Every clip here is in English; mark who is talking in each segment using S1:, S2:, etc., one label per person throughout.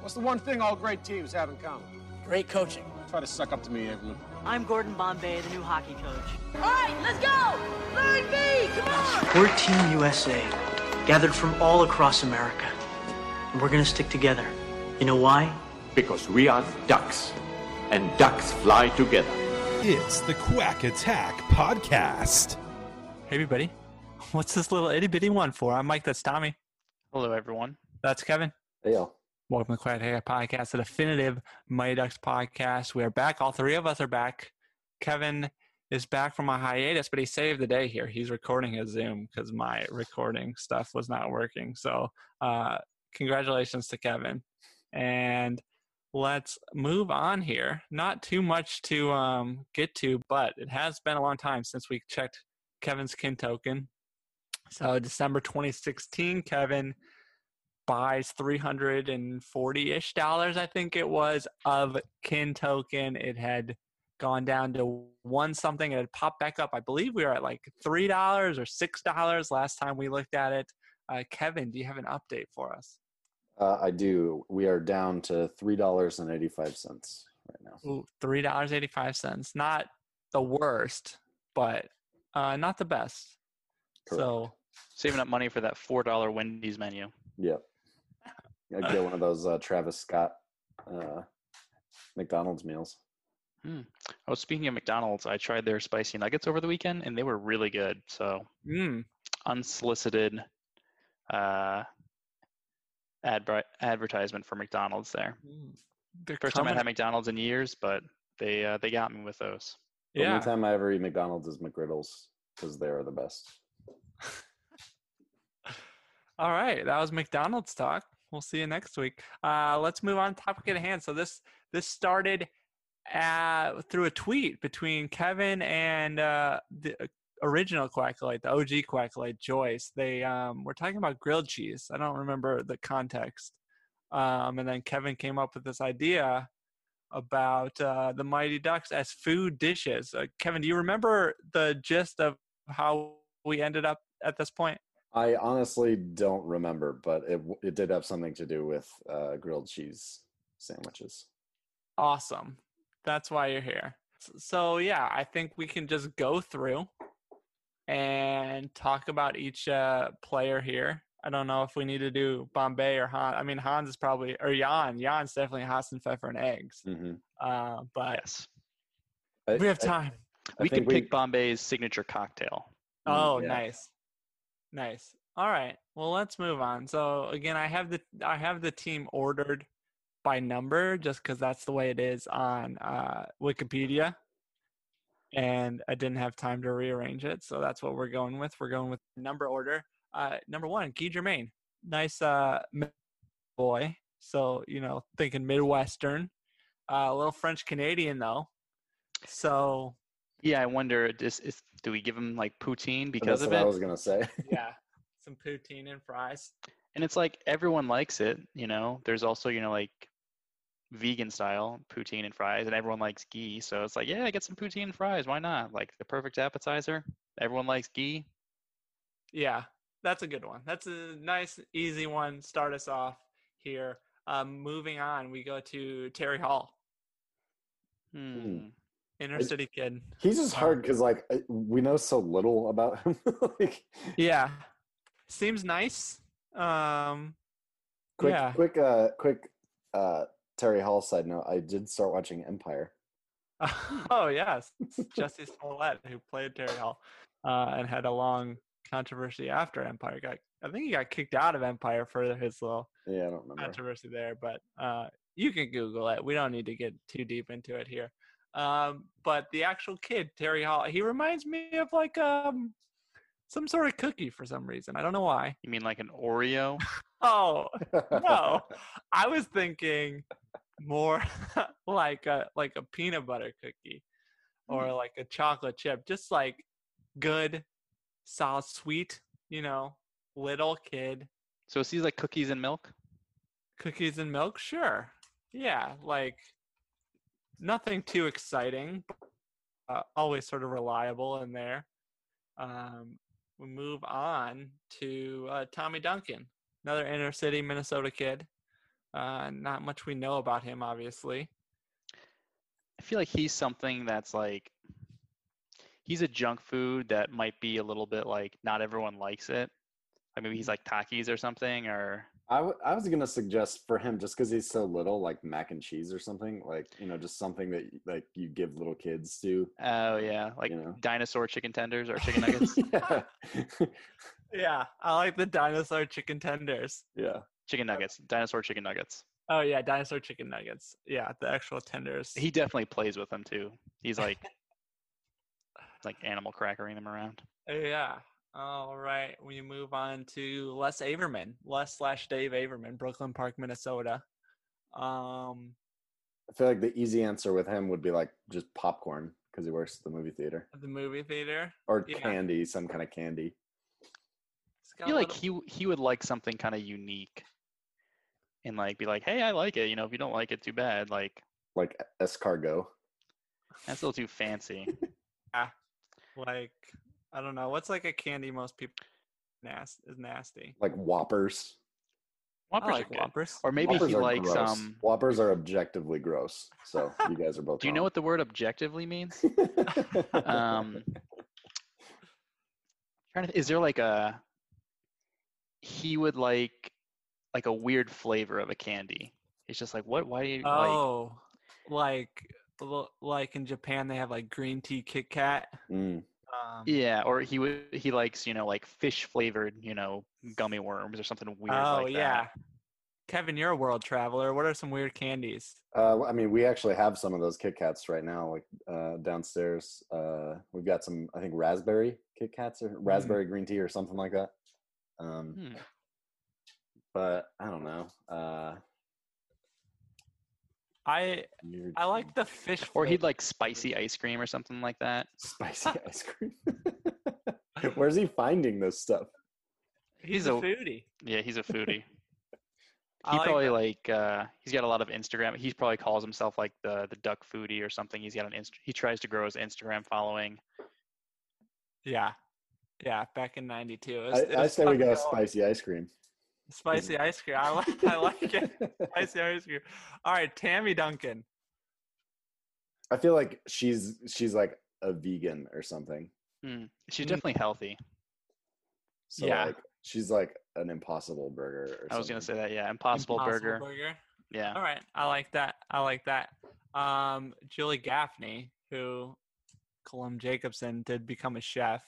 S1: What's the one thing all great teams have in common?
S2: Great coaching.
S1: Try to suck up to me, Evelyn.
S3: I'm Gordon Bombay, the new hockey coach.
S4: All right, let's go! Line B, come on!
S5: We're Team USA, gathered from all across America. And we're gonna stick together. You know why?
S6: Because we are ducks, and ducks fly together.
S7: It's the Quack Attack Podcast.
S8: Hey, everybody. What's this little itty bitty one for? I'm Mike. That's Tommy.
S9: Hello, everyone.
S8: That's Kevin.
S6: Hey, all.
S8: Welcome to Quiet Hair Podcast, the definitive Mighty Ducks podcast. We are back. All three of us are back. Kevin is back from a hiatus, but he saved the day here. He's recording his Zoom because my recording stuff was not working. So, uh, congratulations to Kevin. And let's move on here. Not too much to um, get to, but it has been a long time since we checked Kevin's kin token. So December 2016, Kevin buys 340 ish dollars, I think it was, of kin token. It had gone down to one something. It had popped back up. I believe we were at like three dollars or six dollars last time we looked at it. Uh, Kevin, do you have an update for us?
S10: Uh, I do. We are down to three dollars and eighty-five cents right now.
S8: Ooh, three dollars eighty-five cents. Not the worst, but uh, not the best.
S10: Correct.
S8: So
S9: Saving up money for that $4 Wendy's menu.
S10: Yep. I get one of those uh, Travis Scott uh, McDonald's meals.
S9: Oh, speaking of McDonald's, I tried their spicy nuggets over the weekend and they were really good. So,
S8: mm,
S9: unsolicited uh, adver- advertisement for McDonald's there.
S8: Hmm. they're
S9: First time I
S8: coming-
S9: had McDonald's in years, but they uh, they got me with those.
S10: The
S8: yeah.
S10: only time I ever eat McDonald's is McGriddles because they are the best.
S8: All right, that was McDonald's talk. We'll see you next week. Uh, let's move on to topic at hand. So this this started uh, through a tweet between Kevin and uh, the original Quackalite, the OG Quackalite Joyce. They um, were talking about grilled cheese. I don't remember the context. Um, and then Kevin came up with this idea about uh, the Mighty Ducks as food dishes. Uh, Kevin, do you remember the gist of how we ended up at this point?
S10: I honestly don't remember, but it w- it did have something to do with uh, grilled cheese sandwiches.
S8: awesome. That's why you're here. S- So yeah, I think we can just go through and talk about each uh, player here. I don't know if we need to do Bombay or Han. I mean, Hans is probably or Jan. Jan's definitely Hassan Pfeffer and eggs.
S10: Mm-hmm.
S8: Uh, but
S9: Yes.
S8: we have time.
S10: I
S9: we could
S10: think
S9: pick
S10: we-
S9: Bombay's signature cocktail.
S8: Oh,
S10: yeah.
S8: nice, nice. All right. Well, let's move on. So again, I have the I have the team ordered by number just because that's the way it is on uh, Wikipedia, and I didn't have time to rearrange it. So that's what we're going with. We're going with number order. Uh, number one, Guy Germain. Nice uh, Mid- boy. So you know, thinking Midwestern, uh, a little French Canadian though. So
S9: Yeah, I wonder is, is, do we give him like poutine because
S10: That's
S9: of
S10: what I
S9: it?
S10: was gonna say.
S8: yeah, some poutine and fries.
S9: and it's like everyone likes it, you know. There's also, you know, like vegan style poutine and fries, and everyone likes ghee. So it's like, yeah, get some poutine and fries. Why not? Like the perfect appetizer. Everyone likes ghee.
S8: Yeah, that's a good one. That's a nice, easy one. Start us off here. Um, moving on, we go to Terry Hall,
S9: Hmm.
S8: inner
S10: I-
S8: city kid.
S10: He's just hard because like I- we know so little about him. like,
S8: Yeah, seems nice. Um,
S10: quick,
S8: yeah.
S10: quick, uh, quick, uh, Terry Hall side note. I did start watching Empire.
S8: oh yes, Jesse Smollett, who played Terry Hall, uh, and had a long controversy after Empire. Got I think he got kicked out of Empire for his little
S10: Yeah, I don't remember.
S8: controversy there, but uh, you can Google it. We don't need to get too deep into it here. Um, but the actual kid, Terry Hall, he reminds me of like um, some sort of cookie for some reason. I don't know why.
S9: You mean like an Oreo?
S8: Oh no, I was thinking more like a like a peanut butter cookie or like a chocolate chip, just like good, solid, sweet. You know, little kid
S9: So is he like cookies and milk?
S8: cookies and milk sure yeah like nothing too exciting uh, always sort of reliable in there um we move on to uh, tommy duncan another inner city minnesota kid Uh, not much we know about him, obviously.
S9: I feel like he's something that's like he's a junk food that might be a little bit like not everyone likes it. Like maybe he's like Takis or something or
S10: I, w- I was gonna suggest for him just because he's so little, like mac and cheese or something, like you know, just something that like you give little kids to.
S9: oh yeah, like
S10: You know.
S9: dinosaur chicken tenders or chicken nuggets.
S8: Yeah, I like the dinosaur chicken tenders.
S10: yeah,
S9: chicken nuggets. Dinosaur chicken nuggets.
S8: Oh yeah, dinosaur chicken nuggets. Yeah, the actual tenders.
S9: He definitely plays with them too. He's like like animal crackering them around.
S8: Oh, yeah. All right, we move on to Les Averman, Les slash Dave Averman, Brooklyn Park, Minnesota. Um,
S10: I feel like the easy answer with him would be like just popcorn because he works at the movie theater
S8: at the movie theater.
S10: or
S8: Yeah.
S10: candy, some kind of candy.
S8: It's
S9: I
S8: got a
S9: feel like
S8: lot of-
S9: he w- he would like something kind of unique, and like be like, "Hey, I like it." You know, if you don't like it, too bad. Like
S10: like escargot.
S9: that's a little too fancy.
S8: like I don't know what's like a candy most people nas- is nasty.
S10: like Whoppers.
S9: Whoppers
S8: I
S9: are
S8: like
S9: good.
S8: Whoppers.
S9: Or maybe
S10: Whoppers
S9: he
S10: are
S9: likes
S10: gross.
S9: um.
S10: Whoppers are objectively gross. So you guys are both.
S9: Do you know what the word objectively means?
S10: what?
S9: Um, trying to, th- is there like a he would like like a weird flavor of a candy? It's just like what? Why do you like?
S8: Oh, like l- like in Japan they have like green tea Kit Kat.
S10: Mm,
S8: Um,
S9: Yeah, or he would he likes you know like fish flavored you know gummy worms or something weird.
S8: Oh
S9: like
S8: yeah,
S9: that.
S8: Kevin, you're a world traveler. What are some weird candies?
S10: uh, I mean, we actually have some of those Kit Kats right now, like uh, downstairs. Uh, we've got some, I think, raspberry Kit Kats
S8: Mm.
S10: or raspberry green tea or something like that. Um,
S9: Hmm.
S10: But I don't know. Uh,
S8: I
S10: you're-
S8: I like the fish.
S9: Or he'd
S8: flavor.
S9: like spicy ice cream or something like that.
S10: spicy ice cream. Where's he finding this stuff?
S8: he's
S9: he's
S8: a
S9: a-
S8: foodie.
S9: Yeah, he's a foodie. he
S8: I like
S9: probably like uh, he's got a lot of Instagram. He probably calls himself like the the duck foodie or something. He's got an inst- he tries to grow his Instagram following.
S8: Yeah, yeah. Back in '92, it was-
S10: I,
S8: it
S10: I
S8: was
S10: say we
S8: fun
S10: go
S8: going.
S10: spicy ice cream.
S8: Spicy ice cream. I like I like it. Spicy ice cream. All right, Tammy Duncan.
S10: I feel like she's she's like a vegan or something.
S9: Mm. She's
S8: Mm.
S9: definitely healthy.
S10: So
S8: Yeah.
S10: like she's like an impossible burger or
S9: I was gonna say
S10: something.
S9: that. Yeah, Impossible, Burger. Yeah,
S8: All right, I like that. I like that. Um, Julie Gaffney, who Colum Jacobson did become a chef,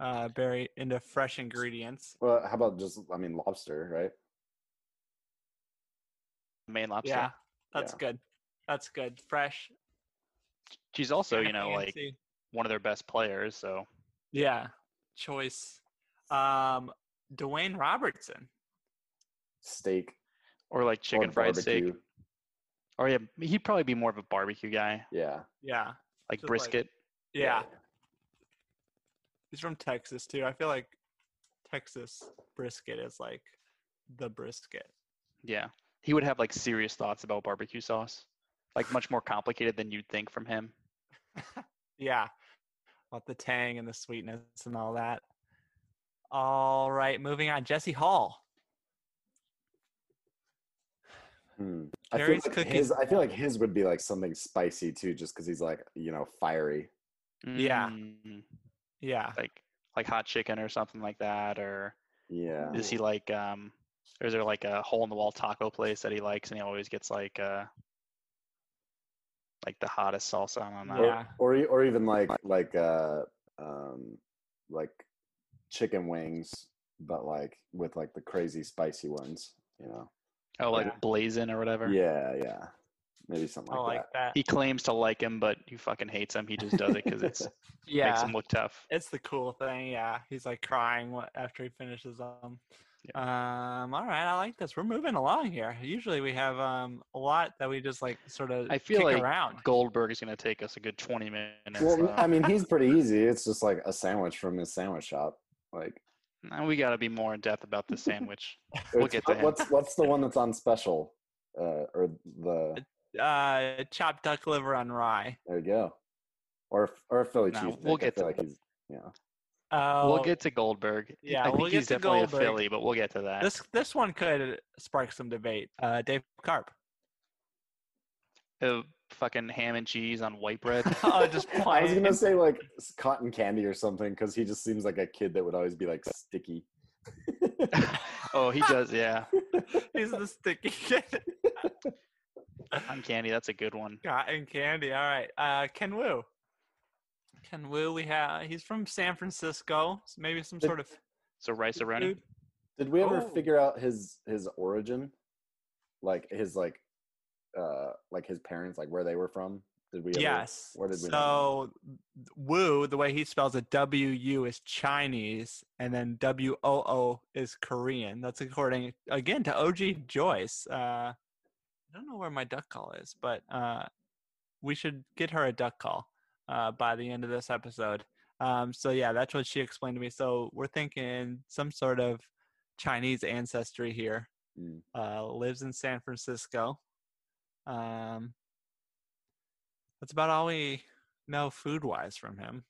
S8: uh, very into fresh ingredients.
S10: Well, how about just I mean lobster, right?
S9: Maine lobster.
S8: Yeah, that's
S10: Yeah.
S8: good. That's good. Fresh.
S9: She's also you
S8: kinda
S9: know like
S8: fancy.
S9: one of their best players. So
S8: yeah, choice. Um, Dwayne Robertson.
S10: Steak
S9: or like
S10: or
S9: chicken fried steak.
S10: barbecue.
S9: Or yeah, he'd probably be more of a barbecue guy,
S10: Yeah.
S8: Yeah,
S9: like
S8: Just like-
S9: brisket.
S8: yeah. He's from Texas too. I feel like Texas brisket is like the brisket.
S9: Yeah. He would have like serious thoughts about barbecue sauce. Like much more complicated than you'd think from him.
S8: Yeah. About the tang and the sweetness and all that. All right, moving on. Jesse Hall.
S10: Hmm. I feel
S8: Jerry's
S10: like
S8: cooking-
S10: his I feel like his would be like something spicy too, just because he's like, you know, fiery.
S8: Yeah.
S9: Mm,
S8: Yeah.
S9: Like like hot chicken or something like that. Or
S10: Yeah.
S9: is he like um or is there like a hole in the wall taco place that he likes and he always gets like uh like the hottest salsa? I don't know.
S8: Yeah.
S10: Or e- or even like like uh um like chicken wings, but like with like the crazy spicy ones, you know.
S9: Oh like
S8: Yeah.
S9: blazing or whatever.
S10: Yeah, yeah. Maybe something
S8: I
S10: like
S8: like
S10: that.
S8: that.
S9: He claims to like him, but he fucking hates him. He just does it because it's makes
S8: Yeah.
S9: him look tough.
S8: It's the cool thing. Yeah. He's like crying wh- after he finishes them. Um, all right, I like this. We're moving along here. Usually we have um a lot that we just like sort of
S9: I feel
S8: kick
S9: like
S8: around.
S9: Goldberg is gonna take us a good twenty minutes.
S10: Well,
S9: uh,
S10: I mean, he's pretty easy. It's just like a sandwich from his sandwich shop. Like,
S9: Now we got to be more in depth about the sandwich. We'll
S10: it's-
S9: get to him.
S10: what's what's the one that's on special, uh, or the
S8: Uh chopped duck liver on rye.
S10: there you go, or or a Philly
S9: No,
S10: cheesesteak.
S9: we'll get
S10: I feel
S9: to
S10: like
S9: it.
S10: he's yeah.
S8: Oh,
S9: We'll get to Goldberg.
S8: yeah,
S9: I think
S8: we'll get
S9: he's
S8: to
S9: definitely
S8: Goldberg.
S9: a Philly, but we'll get to that.
S8: this this one could spark some debate. Uh, Dave Carp.
S9: Uh, fucking ham and cheese on white bread.
S8: oh, just
S10: I was
S8: plain.
S10: gonna say like s- cotton candy or something because he just seems like a kid that would always be like sticky.
S9: oh, he does. Yeah,
S8: He's the sticky kid.
S9: on candy. That's a good one.
S8: Cotton candy. All right. Uh, Ken Wu. Ken Wu. We have. He's from San Francisco. so maybe some
S10: The-
S8: sort of
S9: So rice aroni.
S8: food.
S10: Did we ever
S8: Oh.
S10: figure out his his origin? Like his like uh like his parents, like where they were from? Did we ever-
S8: Yes.
S10: where did we
S8: so Wu, the way he spells it, W U is Chinese, and then W O O is Korean. That's according again to OG Joyce. Uh, I don't know where my duck call is, but uh, we should get her a duck call uh, by the end of this episode. Um, so yeah, that's what she explained to me. So we're thinking some sort of Chinese ancestry here.
S10: Mm.
S8: Uh, lives in San Francisco. Um, that's about all we know food wise from him.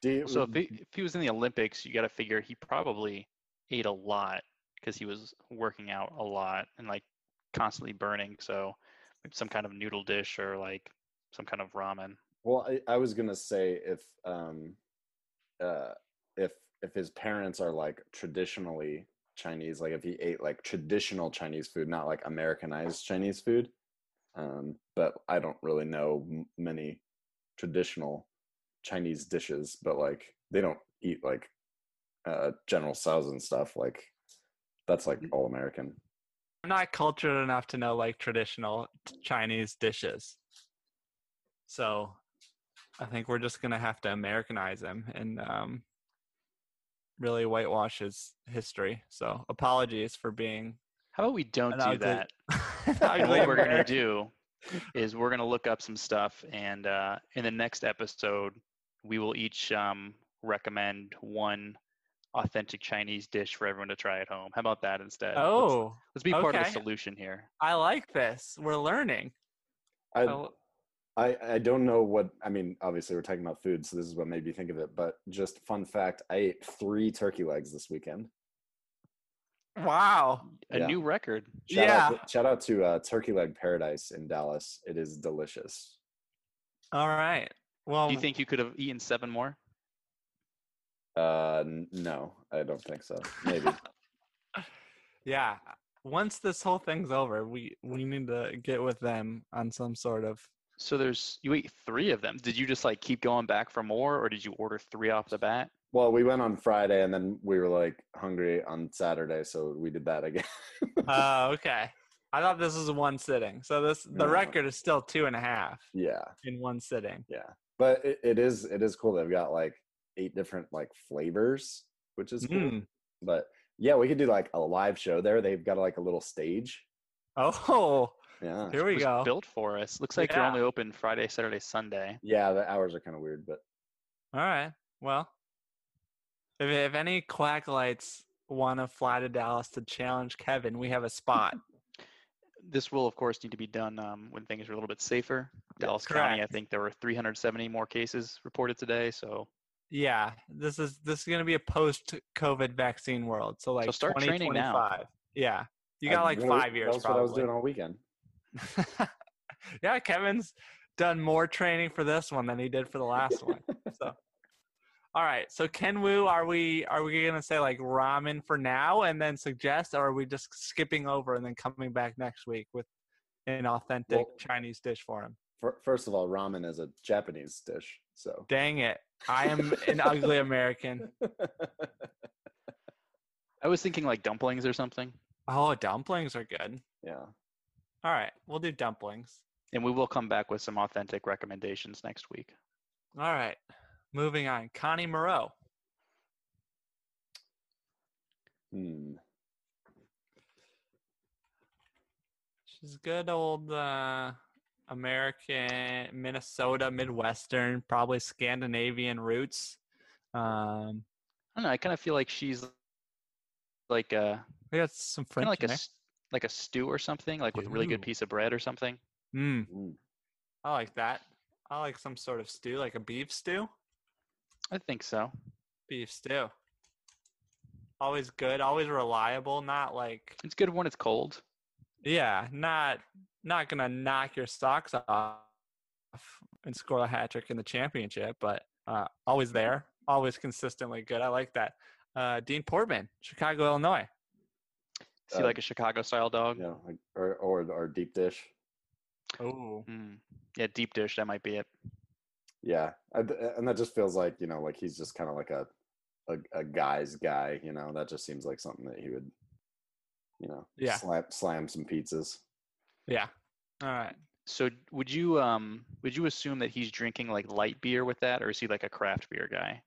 S10: Do you,
S9: So if he, if he was in the Olympics, you got to figure he probably ate a lot because he was working out a lot and like constantly burning. So maybe some kind of noodle dish or like some kind of ramen.
S10: Well, I, I was gonna say if um, uh, if if his parents are like traditionally Chinese, like if he ate like traditional Chinese food, not like Americanized Chinese food. Um, but I don't really know m- many traditional Chinese dishes, but like they don't eat like uh, General Tso's and stuff. Like that's like all American.
S8: I'm not cultured enough to know like traditional t- Chinese dishes. So I think we're just going to have to Americanize him and um, really whitewash his history. So apologies for being.
S9: How about we don't
S8: an
S9: do
S8: ugly-
S9: that?
S8: ugly
S9: what we're gonna
S8: American.
S9: do is we're gonna look up some stuff, and uh, in the next episode, we will each um, recommend one authentic Chinese dish for everyone to try at home. How about that instead? Let's-
S8: Oh,
S9: let's, be part of
S8: okay.
S9: the solution here.
S8: I like this. We're learning.
S10: I,
S8: Oh,
S10: I, I don't know what I mean. Obviously, we're talking about food, so this is what made me think of it. But just fun fact: I ate three turkey legs this weekend.
S8: wow.
S9: A
S10: Yeah.
S9: new record.
S10: Shout
S8: Yeah.
S10: Out to, shout out to uh, Turkey Leg Paradise in Dallas. It is delicious.
S8: All right. Well,
S9: Do you think you could have eaten seven more?
S10: Uh, n- no, I don't think so. Maybe.
S8: yeah uh, once this whole thing's over we we need to get with them on some sort of
S9: So there's you ate three of them. Did you just like keep going back for more, or did you order three off the bat?
S10: well, we went on Friday, and then we were like hungry on Saturday, so we did that again.
S8: oh okay i thought this was one sitting so this the
S10: No.
S8: record is still two and a half
S10: yeah,
S8: in one sitting
S10: but it, it is it is cool. They've got like eight different like flavors, which is cool.
S8: Mm.
S10: But yeah, we could do like a live show there. They've got like a little stage.
S8: oh
S10: Yeah.
S8: here
S9: It
S8: we
S9: was
S8: go
S9: Built for us. Looks like they're
S8: Yeah.
S9: only open Friday, Saturday, Sunday.
S10: Yeah, the hours are kind of weird, but
S8: all right well if, if any quacklights want to fly to dallas to challenge kevin we have a spot
S9: this will of course need to be done um, when things are a little bit safer. Dallas County, I
S8: correct.
S9: think there were 370 more cases reported today. So,
S8: yeah this is this is going to be a post covid vaccine world so like
S9: start training now.
S8: 2025 yeah you got
S10: I-
S8: like
S10: you know,
S8: five years
S10: That's
S8: probably.
S10: what I was doing all weekend.
S8: yeah, Kevin's done more training for this one than he did for the last one. So, all right. So Ken Wu, are we are we gonna say like ramen for now and then suggest, or are we just skipping over and then coming back next week with an authentic
S10: Well-
S8: Chinese dish for him?
S10: Fir- First of all, ramen is a Japanese dish, so
S8: Dang it! I am an ugly American.
S9: I was thinking like dumplings or something,
S8: Oh, dumplings are good.
S10: yeah.
S8: All right, we'll do dumplings.
S9: and we will come back with some authentic recommendations next week.
S8: All right, moving on. Connie Moreau.
S10: Hmm.
S8: She's good old uh, American, Minnesota, Midwestern, probably Scandinavian roots. Um,
S9: I don't know. I kind of feel like she's like a
S8: we got some French.
S9: kind of like
S8: in
S9: a s- like a stew or something, like with a really good
S8: Ooh.
S9: piece of bread or something.
S8: there. Mm,
S10: Mm.
S8: I like that. I like some sort of stew, like a beef stew.
S9: I think so.
S8: beef stew. Always good, always reliable, not like
S9: It's good when it's cold.
S8: yeah, not not gonna knock your socks off and score a hat trick in the championship, but uh, always there, always consistently good. I like that. Uh, Dean Portman, Chicago, Illinois.
S9: Is he
S10: Uh,
S9: like a Chicago style dog?
S8: Um,
S10: You know, like, or or or deep dish.
S8: Oh,
S9: Mm. Yeah, deep dish. That might be it.
S10: Yeah, I d- and that just feels like you know, like he's just kind of like a, a a guy's guy. You know, that just seems like something that he would, you know,
S8: Yeah.
S10: slam slam some pizzas.
S8: yeah. All right.
S9: So would you um would you assume that he's drinking like light beer with that, or is he like a craft beer guy?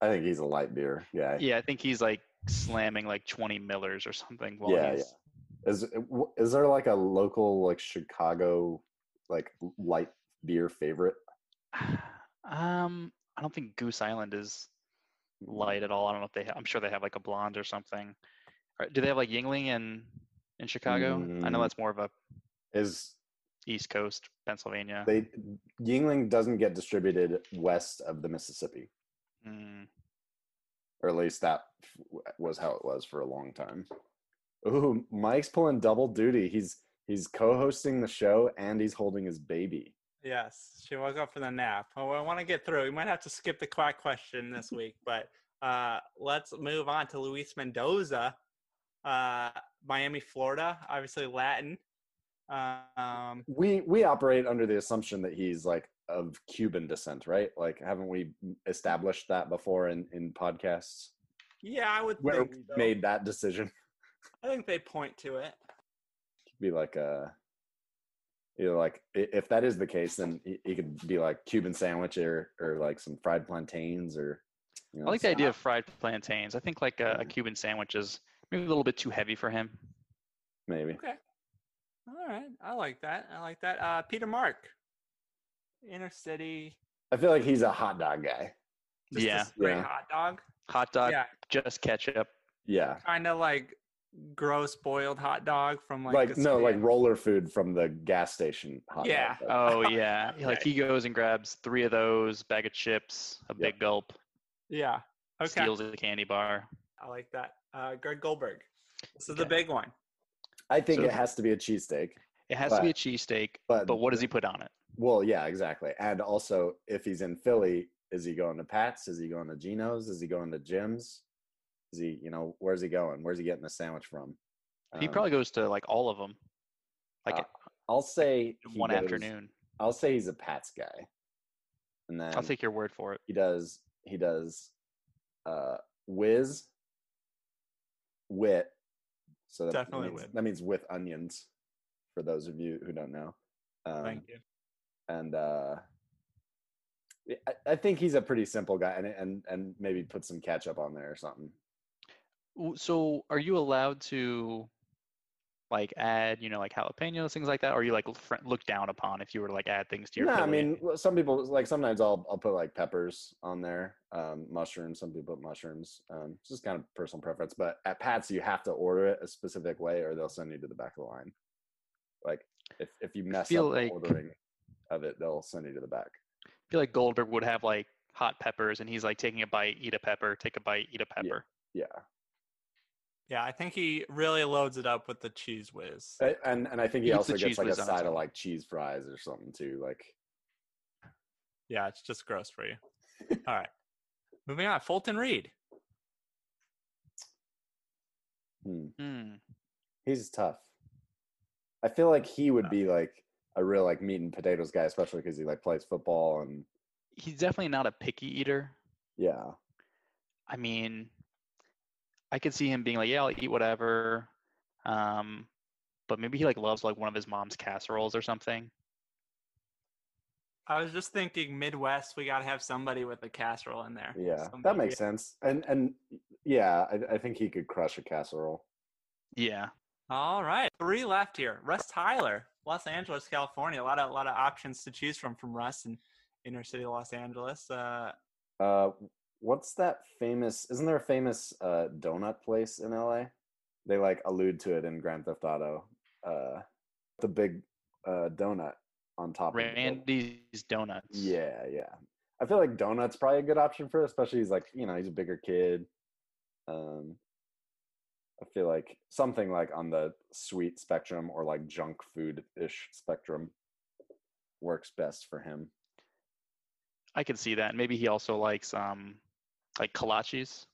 S10: I think he's a light beer guy.
S9: Yeah, I think he's like slamming like twenty millers or something while
S10: Yeah,
S9: he's
S10: Is uh, w- is there like a local like Chicago like light beer favorite?
S9: Um, I don't think Goose Island is light at all. I don't know if they. Ha- I'm sure they have like a blonde or something. Or do they have like Yingling in in Chicago? I know
S10: Mm.
S9: that's more of a
S10: Is
S9: East Coast Pennsylvania.
S10: they Yingling doesn't get distributed west of the Mississippi,
S9: Mm,
S10: or at least that w- was how it was for a long time. Ooh, Mike's pulling double duty. He's he's co-hosting the show and he's holding his baby.
S8: Yes, she woke up from the nap. Oh, I want to get through. We might have to skip the quack question this week, but uh, let's move on to Luis Mendoza, uh, Miami, Florida. Obviously, Latin. Um,
S10: We we operate under the assumption that he's like of Cuban descent, right? Like, haven't we established that before in in podcasts?
S8: yeah, I would
S10: Where
S8: think.
S10: we
S8: so.
S10: made that decision
S8: I think they point to it.
S10: be like a. You know, like i- if that is the case, then he, he could be like Cuban sandwich or or like some fried plantains or. You know,
S9: I like the
S10: some-
S9: idea of fried plantains. I think like a, a
S10: Mm.
S9: Cuban sandwich is maybe a little bit too heavy for him.
S10: Maybe.
S8: Okay. All right, I like that. I like that. Uh, Peter Mark, inner city.
S10: I feel like he's a hot dog guy.
S8: Just a
S9: Yeah.
S8: straight
S10: Yeah.
S8: hot dog.
S9: Hot dog,
S8: yeah,
S9: just ketchup.
S10: Yeah.
S8: kind of like gross boiled hot dog from like,
S10: Like,
S8: the
S10: no, like
S8: stand.
S10: roller food from the gas station hot dog,
S8: Yeah.
S10: but-
S9: Oh yeah, like
S8: Okay.
S9: he goes and grabs three of those, bag of chips, a big gulp,
S8: yeah. Okay,
S9: steals a candy bar.
S8: I like that. Uh, Greg Goldberg. This is the
S9: Okay.
S8: big one.
S10: I think
S9: So-
S10: it has to be a cheesesteak.
S9: It has to be a
S10: But-
S9: cheesesteak,
S10: but
S9: but what does he put on it?
S10: Well, yeah, exactly. And also, if he's in Philly, is he going to Pat's? Is he going to Geno's? Is he going to Jim's? Is he, you know, where's he going? Where's he getting the sandwich from?
S9: He
S10: Um,
S9: probably goes to like all of them, like
S10: Uh, I'll say he
S9: one
S10: goes-
S9: afternoon.
S10: I'll say he's a Pat's guy, and then
S9: I'll take your word for it.
S10: he does. He does. Uh, whiz, wit. So that
S8: Definitely
S10: means,
S8: wit.
S10: that means with onions. For those of you who don't know, um,
S8: Thank you.
S10: and uh yeah, I, I think he's a pretty simple guy and and and maybe put some ketchup on there or something
S9: W- So, are you allowed to like add, you know, like jalapenos, things like that? Or are you like fr- looked down upon if you were to like add things to your?
S10: no i
S9: Philly?
S10: mean well, some people like sometimes i'll i'll put like peppers on there um mushrooms some people put mushrooms um it's just kind of personal preference but at pat's you have to order it a specific way or they'll send you to the back of the line like if if you mess
S9: feel
S10: up
S9: like-
S10: the ordering of it they'll send you to the back
S9: I feel like Goldberg would have like hot peppers, and he's like taking a bite, eat a pepper, take a bite, eat a pepper.
S10: yeah
S8: Yeah, I think he really loads it up with the cheese whiz.
S10: A- and and i think he
S9: Eat the
S10: also
S9: cheese
S10: gets like a
S9: whiz on its
S10: side of
S9: own.
S10: like cheese fries or something too like
S8: Yeah, it's just gross for you. All right. Moving on, Fulton Reed.
S10: hmm
S9: Hmm.
S10: He's tough. I feel like he would be like a real like meat and potatoes guy, especially because he like plays football and
S9: He's definitely not a picky eater.
S10: yeah,
S9: I mean, I could see him being like, "Yeah, I'll eat whatever," um, but maybe he like loves like one of his mom's casseroles or something.
S8: I was just thinking Midwest, we got to have somebody with a casserole in there.
S10: yeah, that
S8: Somebody-
S10: makes sense. And and yeah, I, I think he could crush a casserole.
S9: Yeah,
S8: All right, three left here. Russ Tyler, Los Angeles, California. A lot of lot of options to choose from from Russ in inner city Los Angeles. Uh,
S10: Uh, what's that famous? Isn't there a famous uh, donut place in LA? They like allude to it in Grand Theft Auto. Uh, the big uh, donut on top of the-
S9: Randy's donuts.
S10: Yeah, yeah. I feel like donuts probably a good option for, it, especially he's like you know he's a bigger kid. Um, I feel like something like on the sweet spectrum or like junk food ish spectrum works best for him.
S9: I can see that. Maybe he also likes um like kolaches.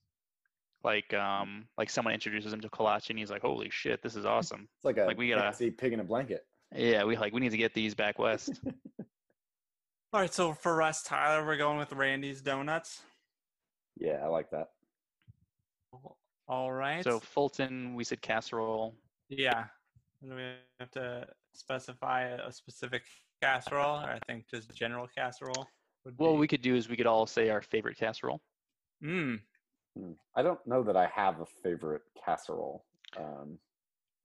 S9: Like um like someone introduces him to kolache and he's like, Holy shit, this is awesome.
S10: It's like a
S9: Like, we gotta-
S10: fancy pig in a blanket.
S9: Yeah, we like we need to get these back west.
S8: All right, so for us, Tyler, we're going with Randy's Donuts.
S10: Yeah, I like that.
S8: All right.
S9: so Fulton, we said casserole.
S8: yeah, And we have to specify a a specific casserole, or I think just general casserole. Would
S9: Well, we could do is we could all say our favorite casserole.
S8: Mm,
S10: Mm. I don't know that I have a favorite casserole. Um,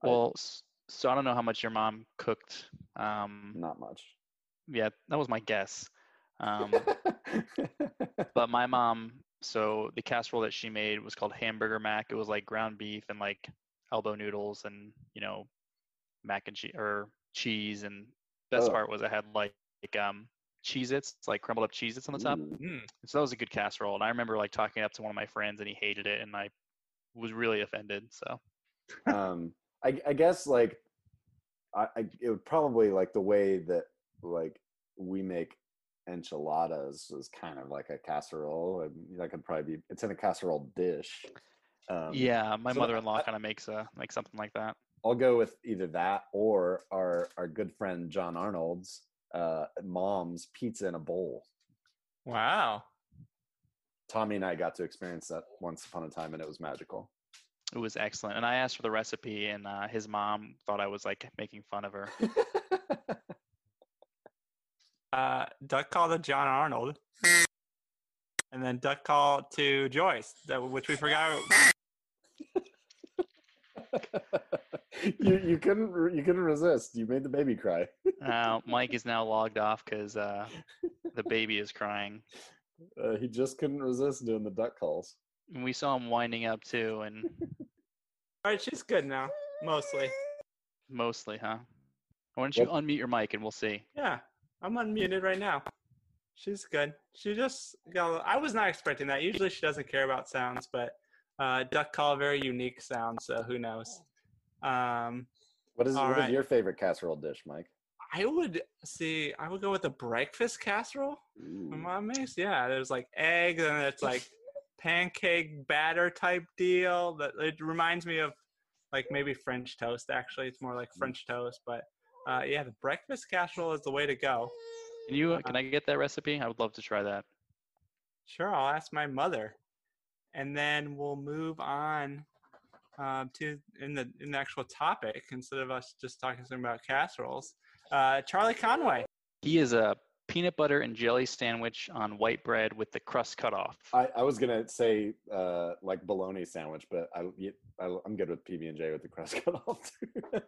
S10: I-
S9: Well, s- so I don't know how much your mom cooked. Um,
S10: not much.
S9: yeah, that was my guess. Um, but my mom, so the casserole that she made was called hamburger mac. It was like ground beef and like elbow noodles and you know mac and cheese or cheese. And best
S10: Oh.
S9: part was I had like, like um Cheez-Its, like crumbled up Cheez-Its on the top.
S10: Ooh.
S8: mm.
S9: So that was a good casserole. And I remember like talking up to one of my friends and he hated it and I was really offended. So
S10: um I, I guess like I, I it would probably like the way that like we make enchiladas is kind of like a casserole and that could probably be it's in a casserole dish um
S9: yeah, my
S10: so
S9: mother-in-law
S10: I-
S9: kind of makes a like something like that.
S10: i'll go with either that or our our good friend john arnold's uh mom's pizza in a bowl
S8: Wow.
S10: tommy and i got to experience that once upon a time and it was magical
S9: It was excellent. And I asked for the recipe, and uh, his mom thought I was like making fun of her.
S8: Uh, duck call to John Arnold, and then duck call to Joyce, that, which we forgot.
S10: you you couldn't re- you couldn't resist you made the baby cry
S9: Uh, Mike is now logged off because uh, the baby is crying.
S10: Uh, he just couldn't resist doing the duck calls.
S9: And we saw him winding up too, and
S8: All right, she's good now, mostly.
S9: mostly, huh? Why don't you
S10: Yep.
S9: unmute your mic and we'll see?
S8: Yeah, I'm unmuted right now. She's good. She just got. I was not expecting that. Usually she doesn't care about sounds, but uh, duck call very unique sound. So who knows? Um,
S10: What is
S8: All
S10: what is
S8: right.
S10: your favorite casserole dish, Mike?
S8: I would see. I would go with a breakfast casserole. My mom makes. Yeah, there's like eggs and it's like pancake batter type deal. That it reminds me of like maybe French toast. Actually, it's more like French toast, but. Uh, yeah, the breakfast casserole is the way to go.
S9: Can you? uh, Can I get that recipe? I would love to try that.
S8: Sure, I'll ask my mother, and then we'll move on um, to in the in the actual topic instead of us just talking something about casseroles. Uh, Charlie Conway.
S9: He is a peanut butter and jelly sandwich on white bread with the crust cut off.
S10: I, I was gonna say uh, like bologna sandwich, but I, y- I am good with PB and J with the crust cut off. too.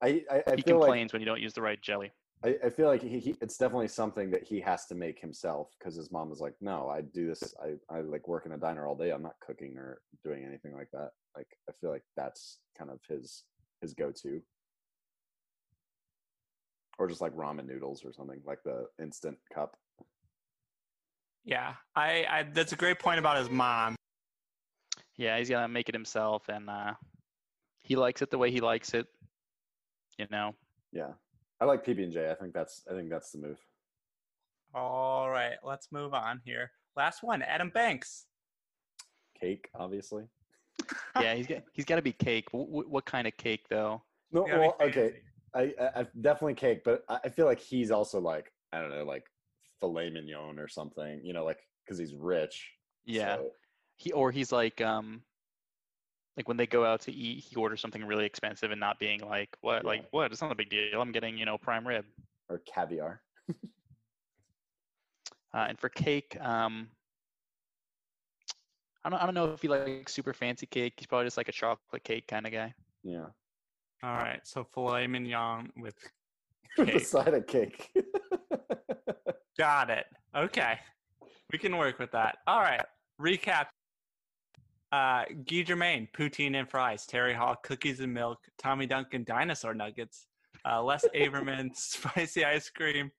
S10: I I, I
S9: he
S10: feel like
S9: complains when you don't use the right jelly.
S10: I, I feel like he, he it's definitely something that he has to make himself because his mom is like, no, I do this. I I like work in a diner all day. I'm not cooking or doing anything like that. Like I feel like that's kind of his his go to. Or just like ramen noodles or something like the instant cup.
S8: Yeah, I, I that's a great point about his mom.
S9: Yeah, he's gonna make it himself, and uh, he likes it the way he likes it. You know,
S10: Yeah, I like PB and J. I think that's I think that's the move.
S8: All right, let's move on here. Last one, Adam Banks.
S10: Cake, obviously.
S9: yeah, he's got he's got to be cake. What, what kind of cake though?
S10: No,
S8: Gotta be
S10: well, okay,
S8: fancy.
S10: I, I, I definitely cake, but I, I feel like he's also like I don't know, like filet mignon or something. You know, like because he's rich.
S9: Yeah,
S10: so-
S9: he or he's like um, like when they go out to eat, he orders something really expensive and not being like what
S10: Yeah.
S9: like what? It's not a big deal. I'm getting you know prime rib.
S10: or caviar.
S9: Uh, and for cake, um, I don't I don't know if he likes super fancy cake. He's probably just like a chocolate cake kind of guy.
S10: Yeah,
S8: All right, so filet mignon with
S10: with a
S8: Cake.
S10: side of cake.
S8: Got it. Okay. We can work with that. All right. Recap. Uh, Guy Germain, poutine and fries. Terry Hall, cookies and milk. Tommy Duncan, dinosaur nuggets. Uh, Les Averman, spicy ice cream.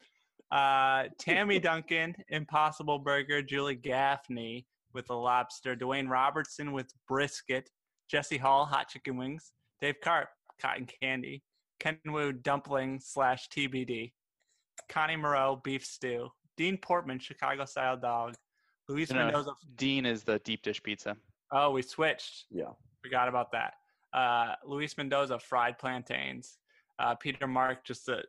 S8: Uh, Tammy Duncan, Impossible Burger. Julie Gaffney with the lobster. Dwayne Robertson with brisket. Jesse Hall, hot chicken wings. Dave Carp, cotton candy. Kenwood dumpling slash TBD. Connie Moreau, beef stew. Dean Portman, Chicago style dog. Luis
S9: No, no.
S8: Mendoza.
S9: Dean is the deep dish pizza.
S8: Oh, we switched.
S10: Yeah.
S8: Forgot about that. Uh, Luis Mendoza, fried plantains. Uh, Peter Mark, just a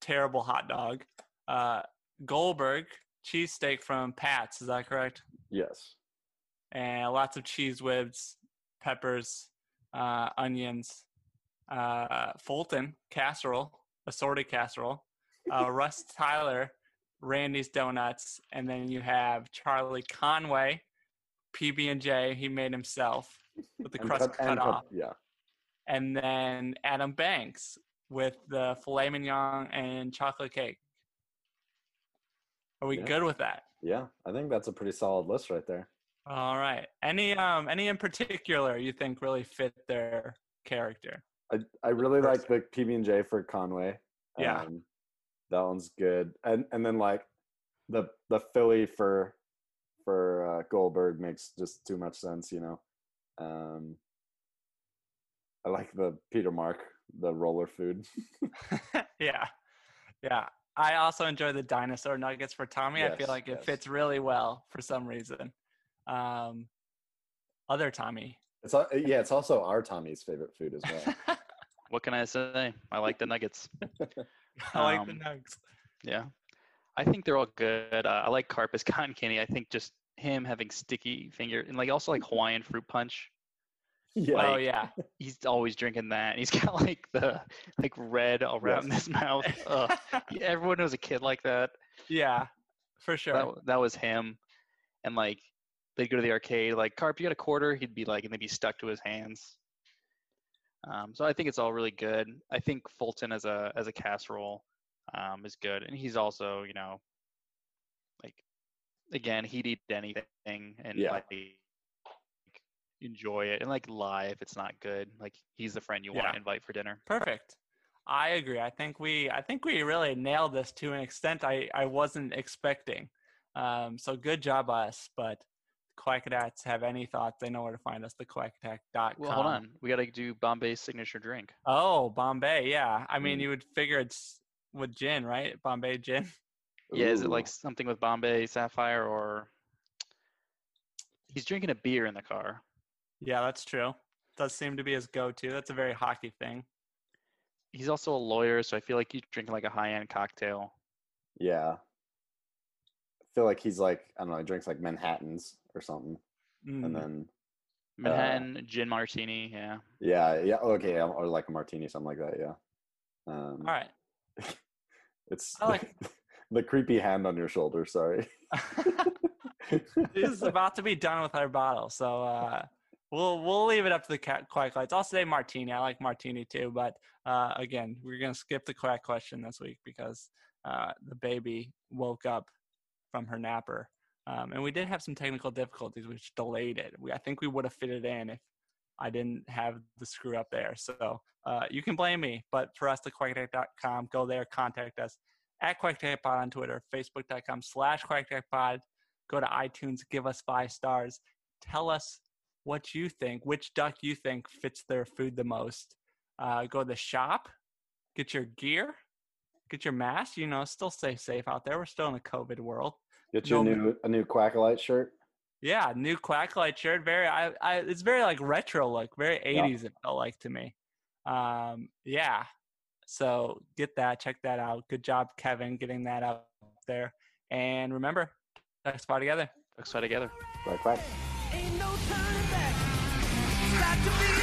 S8: terrible hot dog. Uh, Goldberg, cheesesteak from Pat's. Is that correct?
S10: Yes.
S8: And lots of cheese whips, peppers, uh, onions. Uh, Fulton, casserole, assorted casserole. Uh, Russ Tyler, Randy's Donuts. And then you have Charlie Conway, PB&J. He made himself with the
S10: And
S8: crust cut
S10: and
S8: off
S10: Yeah.
S8: and then Adam Banks with the filet mignon and chocolate cake. Are we
S10: Yeah.
S8: good with that?
S10: Yeah. I think that's a pretty solid list right there.
S8: All right. Any um any in particular you think really fit their character?
S10: I, I really like
S8: first-
S10: the PB and J for Conway.
S8: Yeah.
S10: Um, that one's good. And and then like the the Philly for for uh, Goldberg makes just too much sense, you know. Um, I like the Peter Mark, the roller food.
S8: yeah. Yeah. I also enjoy the dinosaur nuggets for Tommy. I feel
S10: Yes,
S8: like it
S10: yes.
S8: fits really well for some reason. Um other Tommy.
S10: It's al- yeah, it's also our Tommy's favorite food as well.
S9: What can I say? I like the nuggets.
S8: I like the
S9: Um,
S8: nugs.
S9: Yeah. I think they're all good. Uh, I like Carpus Cotton Candy. I think just him having sticky finger and like also like Hawaiian fruit punch.
S10: yeah.
S8: Oh
S9: like-
S8: yeah.
S9: He's always drinking that. And he's got like the like red all around his mouth. Ugh. Yeah, Everyone knows a kid like that.
S8: yeah. For sure.
S9: That w- That was him. And like they'd go to the arcade, like Carp, you got a quarter? He'd be like, and they'd be stuck to his hands. Um, so I think it's all really good. I think Fulton as a as a casserole um, is good, and he's also you know like again he'd eat anything and
S10: Yeah.
S9: like enjoy it and like lie if it's not good. Like he's the friend you want
S8: Yeah.
S9: to invite for dinner.
S8: Perfect. I agree. I think we I think we really nailed this to an extent I, I wasn't expecting. Um, so good job us, but Quackadats have any thoughts, they know where to find us, thequackattack.com.
S9: Well, hold on, we got to do Bombay's signature drink.
S8: Oh, Bombay, yeah. I mean
S9: Hmm.
S10: Mm.
S8: you would figure it's with gin, right? Bombay gin.
S9: Yeah, is it like
S10: Ooh.
S9: something with Bombay Sapphire or he's drinking a beer in the car?
S8: Yeah, that's true. Does seem to be his go to. That's a very hockey thing.
S9: He's also a lawyer, so I feel like he's drinking like a high end cocktail.
S10: Yeah. I feel like he's like I don't know, he drinks like Manhattans or something.
S8: Mm.
S9: Hmm.
S10: And then
S9: Manhattan gin martini, yeah.
S10: yeah, yeah, okay, yeah, or like a martini, something like that, yeah. Um
S8: All right.
S10: It's
S8: I like-
S10: the creepy hand on your shoulder. Sorry.
S8: this is about to be done with our bottle, so uh, we'll we'll leave it up to the ca- quack lights. I'll say martini. I like martini too, but uh, again, we're gonna skip the quack question this week because uh, the baby woke up from her napper, um, and we did have some technical difficulties, which delayed it. We, I think we would have fit it in if I didn't have the screw up there. So uh, you can blame me, but for us, thequacktape.com, go there, contact us at quacktatepod on Twitter, facebook.com slash quacktapepod go to iTunes, give us five stars, tell us what you think, which duck you think fits their food the most. Uh, go to the shop, get your gear, get your mask. You know, still stay safe out there. We're still in a COVID world.
S10: Get your
S8: No.
S10: new a new Quackalite shirt.
S8: Yeah, new Quacklight shirt. Very, I, I, it's very like retro look, very '80s. It felt like to me. Um, yeah. So get that, check that out. Good job, Kevin, getting that up there. And remember, next spot together.
S9: Looks fly together.
S10: Like, quack.
S4: Ain't no turning back. It's got to be